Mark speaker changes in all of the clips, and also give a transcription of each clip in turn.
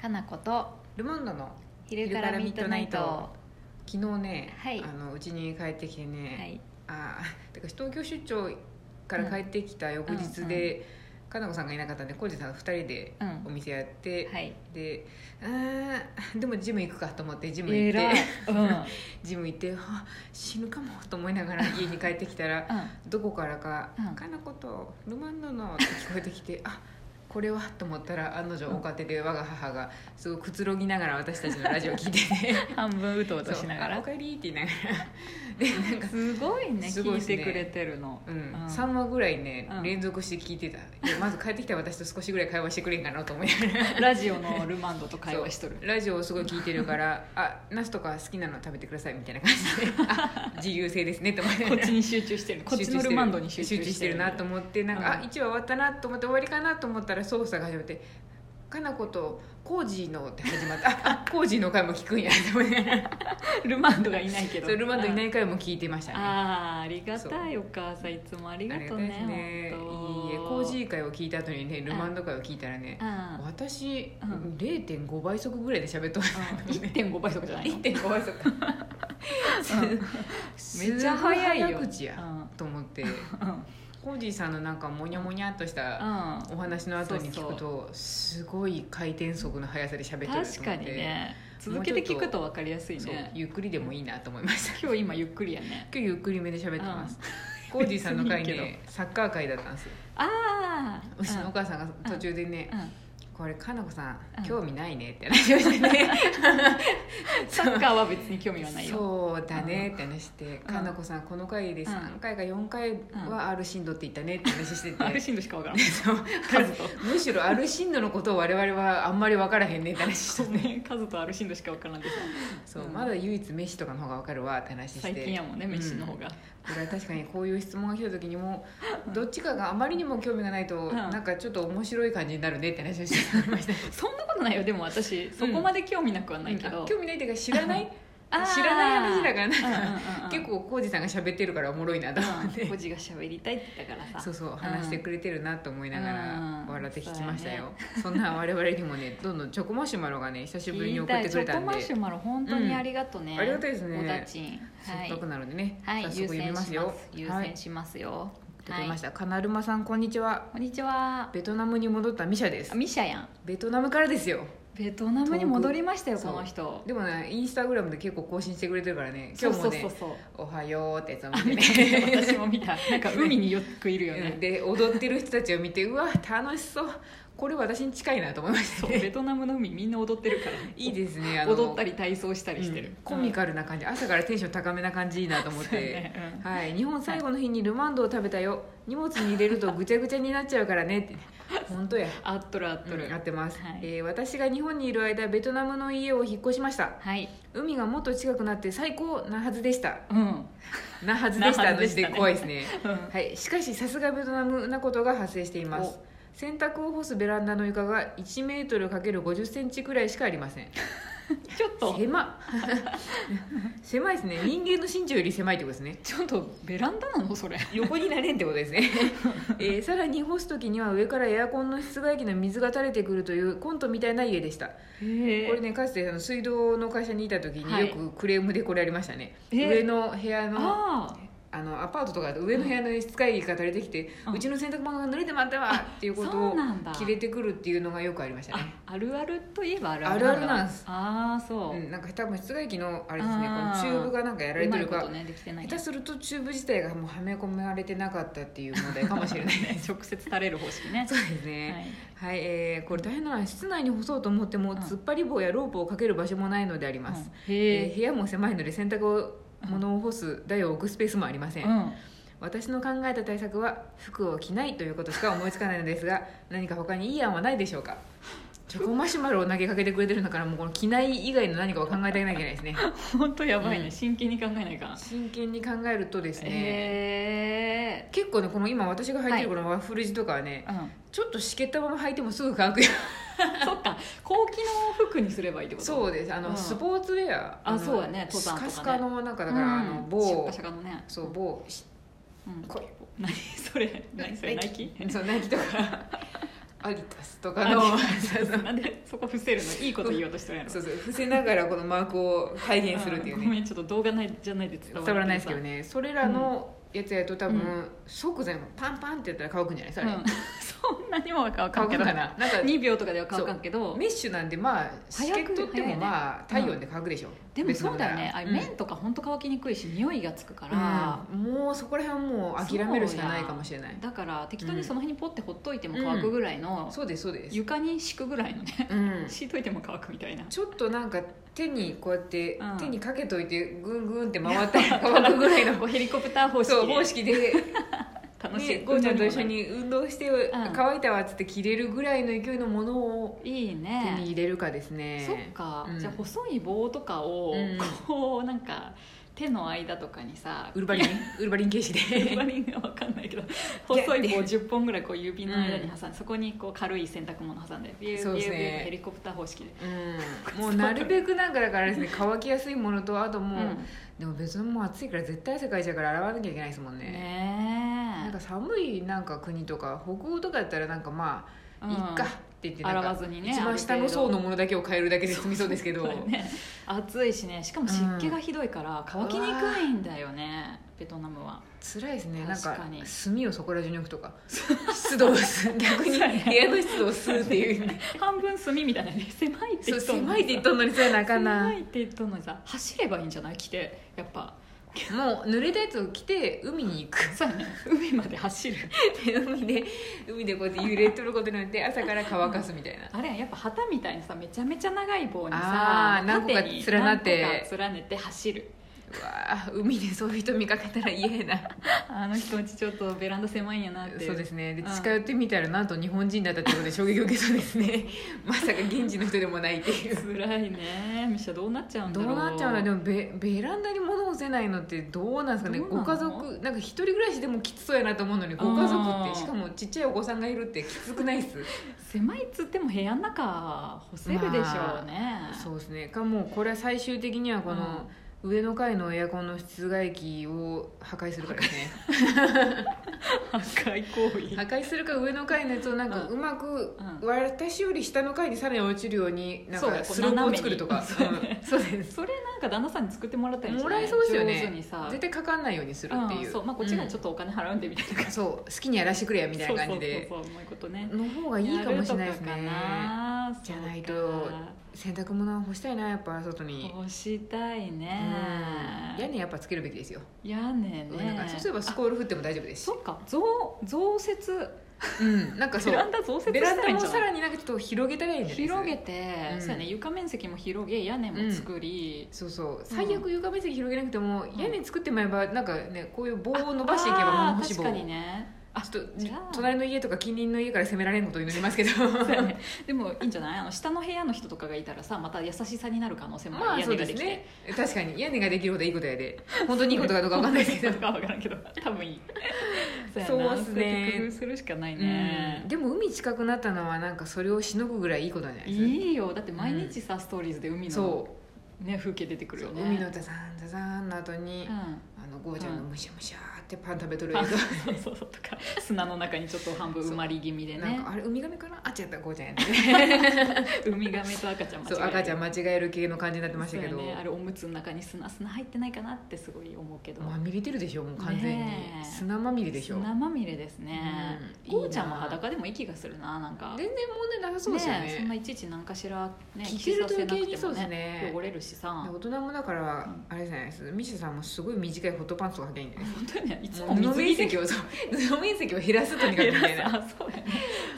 Speaker 1: かなこと
Speaker 2: ルマンドの
Speaker 1: 昼からミッドナイト
Speaker 2: 昼からミッドナイ昨日ね、
Speaker 1: はい
Speaker 2: あのうちに帰ってきて
Speaker 1: は
Speaker 2: ね、
Speaker 1: い、
Speaker 2: ああ てか東京出張から帰ってきた翌日で、かなこさんがいなかったんで浩二さんが2人で
Speaker 1: うん
Speaker 2: お店やって、
Speaker 1: はい
Speaker 2: であーでもジム行くかと思ってジム行って、
Speaker 1: 偉いうんうん
Speaker 2: ジム行ってあ死ぬかもと思いな がら家に帰ってきたらどこからか
Speaker 1: うん
Speaker 2: 「かなことルマンドの」って聞こえてきてあこれはと思ったら案の定おかてで我が母がすごいくつろぎながら私たちのラジオ聞いてて
Speaker 1: 半分うとうと
Speaker 2: そう
Speaker 1: しなが
Speaker 2: あお
Speaker 1: ら
Speaker 2: かえり」って言いなが らでなんか、
Speaker 1: すごいね
Speaker 2: すごい
Speaker 1: 聞
Speaker 2: っ
Speaker 1: い
Speaker 2: すね
Speaker 1: てくれてるの
Speaker 2: うん
Speaker 1: うん
Speaker 2: 3話ぐらいね、
Speaker 1: うん
Speaker 2: 連続して聞いてたいやまず帰ってきた私と少しぐらい会話してくれんかなと思い ながら
Speaker 1: ラジオのルマンドと会話しとる
Speaker 2: そうラジオをすごい聞いてるから「あナスとか好きなの食べてください」みたいな感じ で「あ自由性ですね」って思いなが
Speaker 1: こ
Speaker 2: ら
Speaker 1: っちに集中して るこっちのルマンドに集中してる
Speaker 2: るなと思ってなんか、
Speaker 1: うん
Speaker 2: あ一話終わったなと思って終わりかなと思ったら捜査が始まって「かなことコージーの」って始まって「ああコージーの回も聞くんや」と 思いながら
Speaker 1: ルマンドがいないけど
Speaker 2: そうルマンドいないい回も聞いてましたねあ
Speaker 1: あーありがたいお母さんいつもありがとうね
Speaker 2: いえ
Speaker 1: 本当
Speaker 2: いえコージー回を聞いた後にねルマンド回を聞いたらね
Speaker 1: うん
Speaker 2: 私、
Speaker 1: うん
Speaker 2: 0.5倍速ぐらいで喋っとる
Speaker 1: うん1.5倍速 じゃないの
Speaker 2: 1.5倍 速
Speaker 1: めっちゃ早いよ
Speaker 2: すご口や
Speaker 1: うん
Speaker 2: と思って
Speaker 1: うん
Speaker 2: コージーさんのなんかモニャモニャっとした
Speaker 1: うん
Speaker 2: お話の後に聞くとすごい回転速の速さで喋ってると思って
Speaker 1: 確かにね続けて聞くと分かりやすい
Speaker 2: そう
Speaker 1: ね
Speaker 2: ゆっくりでもいいなと思いました
Speaker 1: 今日今ゆっくりやね
Speaker 2: 今日ゆっくりめで喋ってます、コージーさんの会
Speaker 1: 別にいい
Speaker 2: ねサッカー会だったんですよ
Speaker 1: ああ
Speaker 2: うちのお母さんが途中でね
Speaker 1: うんうん
Speaker 2: 「これかなこさん、
Speaker 1: うん
Speaker 2: 興味ないね」って話をしてね
Speaker 1: サッカーは別に興味はないよ
Speaker 2: そうだねって話して
Speaker 1: ん
Speaker 2: 「かなこさんこの回で
Speaker 1: うん
Speaker 2: 3回か4回は R 振動って言ったね」って話してて、
Speaker 1: アルシンドしか分からん
Speaker 2: そう
Speaker 1: カズと
Speaker 2: むしろ R 振動のことを我々はあんまり分からへんねって話して
Speaker 1: そうねカズとアルシンドしか分からんでさ
Speaker 2: そう、
Speaker 1: うん
Speaker 2: まだ唯一飯とかの方が分かるわって話して
Speaker 1: 最近やもんね飯の方
Speaker 2: うん
Speaker 1: が
Speaker 2: だから確かにこういう質問が来た時にもどっちかがあまりにも興味がないと、
Speaker 1: ん
Speaker 2: なんかちょっと面白い感じになるねって話をしてました
Speaker 1: そんなことないよでも私そこまで興味なくはないけ
Speaker 2: う
Speaker 1: ど
Speaker 2: ん興味ないっていうか知らない
Speaker 1: あー
Speaker 2: 知らない話だからなんか
Speaker 1: うんうんうん
Speaker 2: 結構浩二さんが喋ってるからおもろいなと思っ
Speaker 1: うん
Speaker 2: て
Speaker 1: コジが喋りたいって言ったからさ
Speaker 2: そうそう話してくれてるなと思いなが
Speaker 1: うん
Speaker 2: ら笑って聞きました
Speaker 1: そ
Speaker 2: よ、そんな我々にもねどんどんチョコマシュマロがね久しぶりに送ってくれたんで
Speaker 1: 聞いいチョコマシュマロ本当にありがとね、
Speaker 2: うんありがたいですね
Speaker 1: おだちん
Speaker 2: せっかくなのでね、
Speaker 1: はい、は
Speaker 2: 早
Speaker 1: い、
Speaker 2: 速
Speaker 1: 優
Speaker 2: 読み
Speaker 1: 先
Speaker 2: ます
Speaker 1: し
Speaker 2: よ
Speaker 1: ます優
Speaker 2: はい
Speaker 1: 先しますよ
Speaker 2: 送ってくれました、カナルマさんこんにちは
Speaker 1: こんにちは
Speaker 2: ベトナムに戻ったミシャです
Speaker 1: あミシャやん
Speaker 2: ベトナムからですよ
Speaker 1: ベトナムに戻りましたよ
Speaker 2: 遠く
Speaker 1: この人
Speaker 2: でもねインスタグラムで結構更新してくれてるからね今日
Speaker 1: そ
Speaker 2: もね
Speaker 1: うそうそうそう
Speaker 2: おはよう」ってやつを
Speaker 1: あ
Speaker 2: 見
Speaker 1: 見
Speaker 2: て
Speaker 1: た
Speaker 2: ね
Speaker 1: 見 た私も見た なんか海によくいるよ
Speaker 2: う
Speaker 1: ね
Speaker 2: ん で踊ってる人たちを見てうわ楽しそうこれ私に近いなと思いました
Speaker 1: そう
Speaker 2: ね
Speaker 1: ベトナムの海みんな踊ってるから
Speaker 2: いいですね
Speaker 1: 踊った
Speaker 2: り
Speaker 1: り体操したりしてる、
Speaker 2: コミカルな感じ朝からテンション高めな感じいいなと思っ
Speaker 1: そうや
Speaker 2: て
Speaker 1: ね、うん
Speaker 2: はい、日本最後の日にルマンドを食べたよ荷物に入れるとぐちゃぐちゃになっちゃうからねって本当や
Speaker 1: あっとるあっとる、
Speaker 2: 合ってます、
Speaker 1: はい
Speaker 2: えー私が日本にいる間ベトナムの家を引っ越しました
Speaker 1: はい
Speaker 2: 海がもっと近くなって最高なはずでした
Speaker 1: うん
Speaker 2: なはずでした
Speaker 1: なはず
Speaker 2: と
Speaker 1: で
Speaker 2: し
Speaker 1: してたね
Speaker 2: 怖いですね
Speaker 1: うん
Speaker 2: はいしかしさすがベトナムなことが発生しています洗濯を干すベランダの床が1メートル ×50 センチくらいしかありません
Speaker 1: ちょっと
Speaker 2: 狭 狭いですね人間の身長より狭いってことですね
Speaker 1: ちょっとベランダなのそれ
Speaker 2: 横になれんってことで すね、えーさらに干す時には上からエアコンの室外機の水が垂れてくるというコントみたいな家でしたこ
Speaker 1: こ
Speaker 2: れねかつてあの水道の会社にいた時
Speaker 1: は
Speaker 2: に
Speaker 1: い
Speaker 2: よくクレームでこれありましたね、
Speaker 1: えー
Speaker 2: 上の部屋の
Speaker 1: あ
Speaker 2: あのアパートとかだと上の部屋の室外機が垂れてきて、
Speaker 1: う
Speaker 2: うんちの洗濯物が濡れてまったわっていうこと
Speaker 1: そ
Speaker 2: を
Speaker 1: うなんだ
Speaker 2: 切れてくるっていうのがよくありました
Speaker 1: あ
Speaker 2: ね
Speaker 1: あるあるといえばあるある
Speaker 2: あるあるなんです
Speaker 1: ああそうう、
Speaker 2: ん、なんか多分室外機のあれですねこ
Speaker 1: あ
Speaker 2: の
Speaker 1: ー
Speaker 2: チューブがなんかやられてる
Speaker 1: うまい
Speaker 2: か
Speaker 1: ことねできてない
Speaker 2: 下手するとチューブ自体がもうはめ込まれてなかったっていう問題かもしれない
Speaker 1: 直接垂れる方式ね
Speaker 2: そうですね、はい、えーこれ大変なのは室内に干そうと思っても、
Speaker 1: うん
Speaker 2: 突っ張り棒やロープをかける場所もないのであり
Speaker 1: は
Speaker 2: ま
Speaker 1: い、
Speaker 2: す、
Speaker 1: うんへ
Speaker 2: えー
Speaker 1: え
Speaker 2: 部屋も狭いので洗濯物を干す台を置くスペースもありません、
Speaker 1: うん
Speaker 2: 私の考えた対策は服を着ないということしか思いつかないのです が何か他にいい案はないでしょうかチョコマシュマロを投げかけてくれてるんだからもうこの着ない以外の何かを考えてあげなきゃいけない ですね
Speaker 1: 本当やばいね、
Speaker 2: うん
Speaker 1: 真剣に考えないかん
Speaker 2: 真剣に考えるとですね、
Speaker 1: へえ
Speaker 2: 結構ねこの今私が履いてるこのワッフル地とかはね、ちょっと湿ったまま履いてもすぐ乾くよ
Speaker 1: うん、 そっか高機能服にすればいいってこと
Speaker 2: そうですあの、
Speaker 1: うん
Speaker 2: スポーツウェア
Speaker 1: あ
Speaker 2: の
Speaker 1: そうやね登山とかね
Speaker 2: スカスカのなんかだから、あの某
Speaker 1: シャカシャカのね
Speaker 2: そう某し
Speaker 1: うん
Speaker 2: こう
Speaker 1: 何それ何それナイキ
Speaker 2: そうナイキとかアリタスと
Speaker 1: あ
Speaker 2: かの
Speaker 1: のなんでそこ伏せるのいいこと言おうとしてるやろ
Speaker 2: そうそう伏せながらこのマークを体現するっていう
Speaker 1: あーごめ
Speaker 2: ね
Speaker 1: んちょっと動画ないじゃないで伝わ
Speaker 2: 伝わらないですけど
Speaker 1: ね
Speaker 2: ねそれらのやつやると多分、
Speaker 1: うん
Speaker 2: 即座にパンパンってやったら乾くんじゃないそれ、
Speaker 1: うん、そんなにもは乾か
Speaker 2: 乾
Speaker 1: ん
Speaker 2: く
Speaker 1: け
Speaker 2: か
Speaker 1: ど
Speaker 2: ななんか
Speaker 1: 2秒とかでは乾かんけど
Speaker 2: メッシュなんでまあ湿
Speaker 1: 早く
Speaker 2: 気取って
Speaker 1: 早い
Speaker 2: も
Speaker 1: ね
Speaker 2: まあ体温で乾くでしょ、
Speaker 1: でも
Speaker 2: 別の
Speaker 1: そうだよねあれ
Speaker 2: うん
Speaker 1: 麺とか本当乾きにくいし匂いがつくから、
Speaker 2: うんもうそこら辺はもう諦めるしかないかもしれない
Speaker 1: だから適当にその辺にポッてほっといても乾くぐらいの、
Speaker 2: そうですそうです、
Speaker 1: 床に敷くぐらいのね
Speaker 2: うん、
Speaker 1: 敷いといても乾くみたいな
Speaker 2: ちょっとなんか手にこうやって、
Speaker 1: うん
Speaker 2: 手にかけといてグングンって回 ったら 乾くぐらいの
Speaker 1: こうヘリコプター方式
Speaker 2: そう方式で、
Speaker 1: 楽しい、
Speaker 2: ね、ゴーちゃんと一緒に運動して、
Speaker 1: ん
Speaker 2: 乾いたわっつって着れるぐらいの勢いのものを
Speaker 1: いい
Speaker 2: 手に
Speaker 1: ね
Speaker 2: 入れるかですね
Speaker 1: そっか、
Speaker 2: うん
Speaker 1: じゃあ細い棒とかを
Speaker 2: うん
Speaker 1: こうなんか手の間とかにさ
Speaker 2: ウル バリンウルバリン形式
Speaker 1: ウ ルバ
Speaker 2: で
Speaker 1: リンが分かん ないけど細い棒10本ぐらいこう指の間に挟んで、そこにこう軽い洗濯物挟んでビュービ
Speaker 2: そ
Speaker 1: ュ
Speaker 2: う
Speaker 1: ー
Speaker 2: で
Speaker 1: ビ
Speaker 2: す
Speaker 1: ュ
Speaker 2: ね
Speaker 1: ーヘリコプター方式で、
Speaker 2: うん、もうなるべくなんかだからあれですね乾きやすいものとあと
Speaker 1: う
Speaker 2: もう、
Speaker 1: ん
Speaker 2: でも別にもう暑いから絶対汗かいちゃうから洗わなきゃいけないですもんね
Speaker 1: ね
Speaker 2: なんか寒いなんか国とか北欧とかだったらなんかまあ、
Speaker 1: うん
Speaker 2: いっかって言ってなん
Speaker 1: 洗わ
Speaker 2: か
Speaker 1: ずにね
Speaker 2: 一番下の層のものだけを変えるだけで済みそうですけど
Speaker 1: そうだ ね暑いしねしかも湿気がひどいから乾きにくいんだよね、ベトナムは
Speaker 2: 辛いですねなん
Speaker 1: 確
Speaker 2: か
Speaker 1: かに
Speaker 2: 炭をそこら中に置くとか湿度を 吸う逆に
Speaker 1: そうね
Speaker 2: 部屋の湿度を吸うっていう
Speaker 1: 半分炭みたいなね 狭いって
Speaker 2: そ
Speaker 1: 言っと
Speaker 2: う
Speaker 1: んの
Speaker 2: 狭
Speaker 1: に
Speaker 2: いって言っとんのにそれなあかんな
Speaker 1: 狭いって言っとんのにさ走ればいいんじゃない着てやっぱ
Speaker 2: もう濡れたやつを着て海に行く
Speaker 1: そうやね海まで走る
Speaker 2: 海で海でこうやって揺れとることによって朝から乾かすみたいな
Speaker 1: あれややっぱ旗みたいにさめちゃめちゃ長い棒にさ
Speaker 2: あー何個か
Speaker 1: 縦に
Speaker 2: 連なって
Speaker 1: 何個か連ねて走る
Speaker 2: うわあ海でそういう人見かけたら嫌やな
Speaker 1: あの人うちちょっとベランダ狭いんやなって
Speaker 2: そうですねで
Speaker 1: うん
Speaker 2: 近寄ってみたらなんと日本人だったってことで衝撃を受けそうですね まさか現地の人でもないっていう
Speaker 1: 辛いねミシャどうなっちゃうんだ
Speaker 2: どう
Speaker 1: ろう
Speaker 2: なっちゃうんだで
Speaker 1: も
Speaker 2: もベベランダに物を干せないのってどうなんですかね
Speaker 1: どうな
Speaker 2: ご
Speaker 1: の
Speaker 2: 家族なんか一人暮らしでもきつそうやなと思うのにご家族っ
Speaker 1: あー
Speaker 2: てしかもちっちゃいお子さんがいるってきつくないっ す
Speaker 1: 狭いっつっても部屋の中干せるでしょうね、
Speaker 2: そうですねかもうこれは最終的にはこの、上の階のエアコンの室外機を破壊するからですね
Speaker 1: 破壊行為
Speaker 2: 破壊するか上の階のやつをなんか
Speaker 1: う
Speaker 2: うまく、
Speaker 1: うん
Speaker 2: 私より下の階にさらに落ちるようになん
Speaker 1: そうだ
Speaker 2: か
Speaker 1: よ
Speaker 2: スロープを作る とか
Speaker 1: こう斜めに
Speaker 2: うんそうです
Speaker 1: それなんか旦那さんに作ってもらったり
Speaker 2: もらえそうですよね
Speaker 1: 上手にさ
Speaker 2: 絶対かかんないようにするっていう、
Speaker 1: んそうまあこっちがちょ
Speaker 2: っ
Speaker 1: っとお金払うんでみたいな感
Speaker 2: と、そう好きにやらしてくれやみ
Speaker 1: じ
Speaker 2: たいな感じで
Speaker 1: そうそうそうそうそういうことね
Speaker 2: の方がいいかもしれないで
Speaker 1: やる
Speaker 2: すね
Speaker 1: とかかな
Speaker 2: じゃないと
Speaker 1: そう
Speaker 2: 洗濯物は干したいなやっぱ外に
Speaker 1: か干したいね
Speaker 2: うん屋根やっぱつけるべきですよ、
Speaker 1: 屋根
Speaker 2: うんなん
Speaker 1: ね
Speaker 2: かそうすればスコール降っても大丈夫ですし
Speaker 1: そっか増増設
Speaker 2: うんなんかそ
Speaker 1: ベラ
Speaker 2: う
Speaker 1: ンダ増設
Speaker 2: ベ
Speaker 1: した
Speaker 2: ラン
Speaker 1: らい
Speaker 2: ダ
Speaker 1: いん
Speaker 2: も
Speaker 1: じゃ
Speaker 2: さ
Speaker 1: な
Speaker 2: ら
Speaker 1: い
Speaker 2: になんかちょっと広げたらいいんじゃないですか
Speaker 1: 広げて、
Speaker 2: うん
Speaker 1: そうやね床面積も広げ屋根も作り、
Speaker 2: そうそう最悪床面積広げなくても、屋根作ってもらえばなんかねこういう棒を伸ばしていけば物
Speaker 1: あー
Speaker 2: 干し棒
Speaker 1: 確かに ねあ
Speaker 2: ちょっと
Speaker 1: じゃあ
Speaker 2: 隣の家とか近隣の家から責められんことを祈りますけど
Speaker 1: そうやねでもいいんじゃないあの下の部屋の人とかがいたらさまた優しさになる可能性も
Speaker 2: ま
Speaker 1: ある
Speaker 2: あ
Speaker 1: 屋
Speaker 2: そう
Speaker 1: 根
Speaker 2: で
Speaker 1: が
Speaker 2: す
Speaker 1: できて、
Speaker 2: ね確かに屋根ができるほどいいことやで本当にいいことかどうかわかんないですけど
Speaker 1: 本当にいいことかわからんけど多分いいそ
Speaker 2: そう
Speaker 1: やな
Speaker 2: っすね
Speaker 1: そうやって工夫するしかない
Speaker 2: うん
Speaker 1: ね、
Speaker 2: でも海近くなったのはなんかそれをしのぐぐらいいいことじゃないです
Speaker 1: いいよだって毎日さ、ストーリーズで海の、
Speaker 2: そ
Speaker 1: ね、風景出てく
Speaker 2: う
Speaker 1: るよね
Speaker 2: 海のザザンザザンの後に、
Speaker 1: う
Speaker 2: あのゴーちゃんがむしゃむしゃーってパン食べとる
Speaker 1: ん、
Speaker 2: 映
Speaker 1: あ
Speaker 2: 像
Speaker 1: そうそうそうとか砂の中にちょっと半分埋まり気味で
Speaker 2: なん
Speaker 1: ね
Speaker 2: かあれウミガメかなあっちゃったゴーちゃん やね
Speaker 1: ウミガメと赤ちゃん間違え
Speaker 2: そう赤ちゃん間違える系の感じになってましたけど、
Speaker 1: そうやね、あれおむつの中に砂砂入ってないかなってすごい思うけど、
Speaker 2: まみれてるでしょもう完全に、
Speaker 1: ねえ
Speaker 2: 砂まみれでしょ
Speaker 1: 砂まみれですね
Speaker 2: うん
Speaker 1: こうちゃんも
Speaker 2: いいな
Speaker 1: 裸でもいい気がするななんか
Speaker 2: 全然問題なさそうですよね
Speaker 1: えそんないちいち何かしらね
Speaker 2: 着てると
Speaker 1: 着せさ
Speaker 2: 余
Speaker 1: せな
Speaker 2: 計
Speaker 1: く
Speaker 2: に
Speaker 1: て
Speaker 2: そう
Speaker 1: も
Speaker 2: ですね
Speaker 1: 汚れるしさ
Speaker 2: 大人もだからあれじゃないですミシェさんもすごい短いホットパンツとか履けばいいんだよね
Speaker 1: 本当にねいつ
Speaker 2: も
Speaker 1: も
Speaker 2: う布面
Speaker 1: 水着で
Speaker 2: 積をそう布面積を減らすとにかくみたいな
Speaker 1: あ そうやね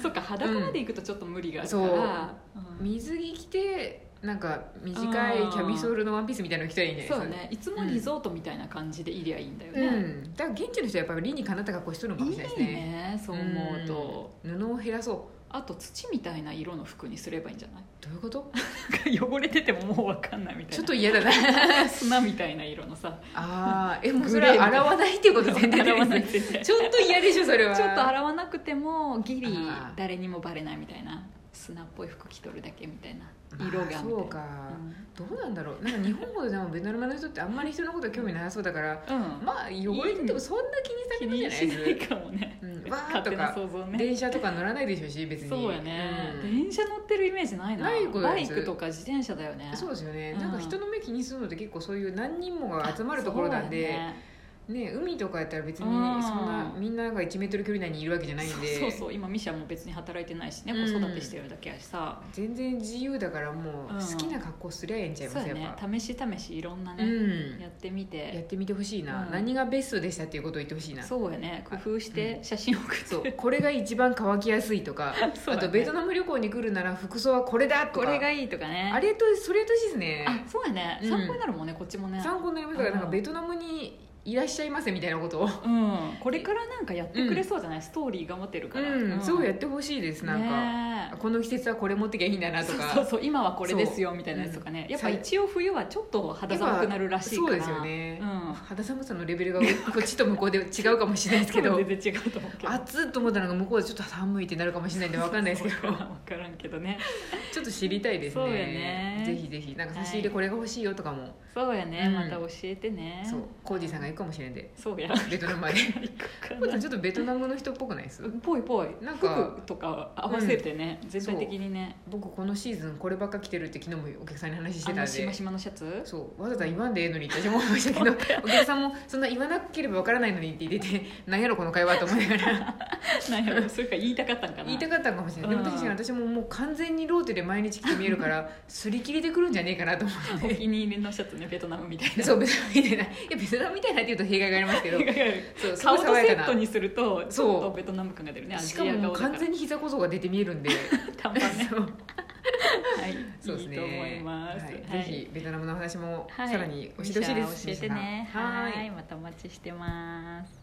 Speaker 1: そっか裸まで行くとちょっと無理があるか
Speaker 2: うん
Speaker 1: ら、うん
Speaker 2: 水着着てなんか短いキャミソールのワンピースみたいなの着たらいいんじゃ
Speaker 1: そう
Speaker 2: な
Speaker 1: や
Speaker 2: いです
Speaker 1: ね
Speaker 2: か
Speaker 1: いつもリゾートみたいな感じでいりゃいいんだよ
Speaker 2: う
Speaker 1: ね、
Speaker 2: ん、だから現地の人はやっぱり理にかなった格好してるのかも
Speaker 1: い
Speaker 2: し
Speaker 1: い
Speaker 2: れないですね
Speaker 1: ねそう思うと、
Speaker 2: うん布を減らそ
Speaker 1: あと土みたいな色の服にすればいいんじゃないう
Speaker 2: どういうこと
Speaker 1: なんか汚れててももう分かんないみたいな
Speaker 2: ちょっと嫌だな
Speaker 1: 砂みたいな色のさ
Speaker 2: あーえもうそれは洗わないっていうこと全然
Speaker 1: 洗わな
Speaker 2: で
Speaker 1: くてちょ
Speaker 2: すちょっと嫌でしょそれは
Speaker 1: っと洗わなくてもギリ
Speaker 2: あー
Speaker 1: 誰にもバレないみたいな砂っぽい服着とるだけみたいな
Speaker 2: まあ
Speaker 1: 色がみたいな
Speaker 2: そうか、どうなんだろうなんか日本ほどでもベトナムの人ってあんまり人のこと興味なさそうだから
Speaker 1: うん、うん
Speaker 2: まあ汚れててもそんな気にされ
Speaker 1: 気
Speaker 2: るんじ
Speaker 1: に
Speaker 2: ゃない
Speaker 1: しない
Speaker 2: です
Speaker 1: かもねね、
Speaker 2: うんわー
Speaker 1: 勝
Speaker 2: と
Speaker 1: 手な
Speaker 2: か
Speaker 1: 想像ね
Speaker 2: 電車とか乗らないでしょうし別に
Speaker 1: そうやね、
Speaker 2: うん
Speaker 1: 電車乗ってるイメージないな
Speaker 2: ないこと
Speaker 1: バ
Speaker 2: で
Speaker 1: イ
Speaker 2: す
Speaker 1: クとか自転車だよね
Speaker 2: そうですよね、
Speaker 1: うん
Speaker 2: なんか人の目気にするのって結構そういう何人もが集まるところなん
Speaker 1: そう
Speaker 2: で
Speaker 1: や
Speaker 2: ね
Speaker 1: ね
Speaker 2: 海とかやったら別にそん
Speaker 1: うん
Speaker 2: なみんなが1メートル距離内にいるわけじゃないんで
Speaker 1: そうそう今ミシャも別に働いてないしね
Speaker 2: うん
Speaker 1: 子育てしてるだけやしさ、
Speaker 2: 全然自由だからもう
Speaker 1: うん
Speaker 2: 好きな格好すりゃええんちゃいま
Speaker 1: そう
Speaker 2: す
Speaker 1: や
Speaker 2: や
Speaker 1: ね
Speaker 2: っ
Speaker 1: 試
Speaker 2: ぱ、
Speaker 1: し試しいろんな
Speaker 2: う
Speaker 1: ね、
Speaker 2: ん
Speaker 1: やってみ
Speaker 2: やっててみてほしいな、
Speaker 1: うん
Speaker 2: 何がベストでしたっていうことを言ってほしいなそう
Speaker 1: そうやね工夫して写真送って、
Speaker 2: これが一番乾きやすいとか、
Speaker 1: そう
Speaker 2: あ
Speaker 1: だね
Speaker 2: とベトナム旅行に来るなら服装はこれだと
Speaker 1: こ
Speaker 2: か
Speaker 1: れがいいとかね
Speaker 2: あれとそれとしいですね
Speaker 1: あそうやね
Speaker 2: うん
Speaker 1: 参考になるもんね、こっちもね
Speaker 2: 参考になりますから、
Speaker 1: うん
Speaker 2: なんかベトナムにいらっしゃいませみたいなことを
Speaker 1: うんこれからなんかやってくれそうじゃない、ストーリー頑張ってるから、
Speaker 2: うん、そうやってほしいです
Speaker 1: て
Speaker 2: なんか、
Speaker 1: ねえ
Speaker 2: この季節はこれ持ってきゃいいんだなとか
Speaker 1: そうそう今はこれですよみたいなやつとかね
Speaker 2: うん
Speaker 1: やっぱ一応冬はちょっと肌寒くなるらしいから
Speaker 2: そうですよね、
Speaker 1: うん
Speaker 2: 肌寒さのレベルがこっちと向こうで違うかもしれないですけ
Speaker 1: 多
Speaker 2: ど
Speaker 1: 分全然違うと思うけど
Speaker 2: 暑いと思ったのが向こうでちょっと寒いってなるかもしれないんで分かんないですけど
Speaker 1: 分からんけどね
Speaker 2: ちょっと知りたいですね
Speaker 1: そうやね
Speaker 2: ぜひぜひなんか差し入
Speaker 1: は
Speaker 2: れ
Speaker 1: い
Speaker 2: これが欲しいよとかも、
Speaker 1: そうやね、
Speaker 2: うん
Speaker 1: また教えてね
Speaker 2: そうコージーさんが行くかもしれんで
Speaker 1: そうや
Speaker 2: ベトナ ムまで
Speaker 1: 行くか
Speaker 2: コージーさ
Speaker 1: なん
Speaker 2: ちょっとベトナムの人っぽくないです
Speaker 1: ぽいぽい
Speaker 2: なんか
Speaker 1: 服とか合わせてね、全体的にね
Speaker 2: 僕このシーズンこればっか着てるって昨日もお客さんに話して
Speaker 1: あ
Speaker 2: た
Speaker 1: の
Speaker 2: んで
Speaker 1: しましまのシャツ
Speaker 2: そうわざわざ言わんでええのにって私も思いまし たけどお客さんもそんな言わなければわからないのにって言っててなんやろこの会話と思いなが ら
Speaker 1: なんやろそれか言いたかったんかな
Speaker 2: 言いたかったんかもしれないでも確かに私ももう完全にローテで毎日来て見えるから擦り切れてくるんじゃねえかなと思っ
Speaker 1: お
Speaker 2: て
Speaker 1: 気に入りのシャツねベトナムみた いな
Speaker 2: そう別にみたいないや別なみたいなって言うと弊害がありますけど そうす
Speaker 1: 顔
Speaker 2: ごい
Speaker 1: と
Speaker 2: 爽
Speaker 1: セ
Speaker 2: や
Speaker 1: ッ
Speaker 2: か
Speaker 1: ト
Speaker 2: な
Speaker 1: にするとち
Speaker 2: そう
Speaker 1: ょっとベトナム感が出るねア
Speaker 2: し
Speaker 1: ジ
Speaker 2: かも
Speaker 1: ア
Speaker 2: も
Speaker 1: 顔
Speaker 2: う
Speaker 1: だから
Speaker 2: 完全に膝小僧が出て見えるん で
Speaker 1: 短パンね
Speaker 2: そう
Speaker 1: はい
Speaker 2: そうです
Speaker 1: い
Speaker 2: ね
Speaker 1: いと思います、
Speaker 2: はい
Speaker 1: はい
Speaker 2: ぜひベトナムの話も
Speaker 1: は
Speaker 2: さ
Speaker 1: い
Speaker 2: らに教えてほしいです
Speaker 1: ミシャ教えてね
Speaker 2: ミシャさん
Speaker 1: は
Speaker 2: はい
Speaker 1: いまたお待ちしてます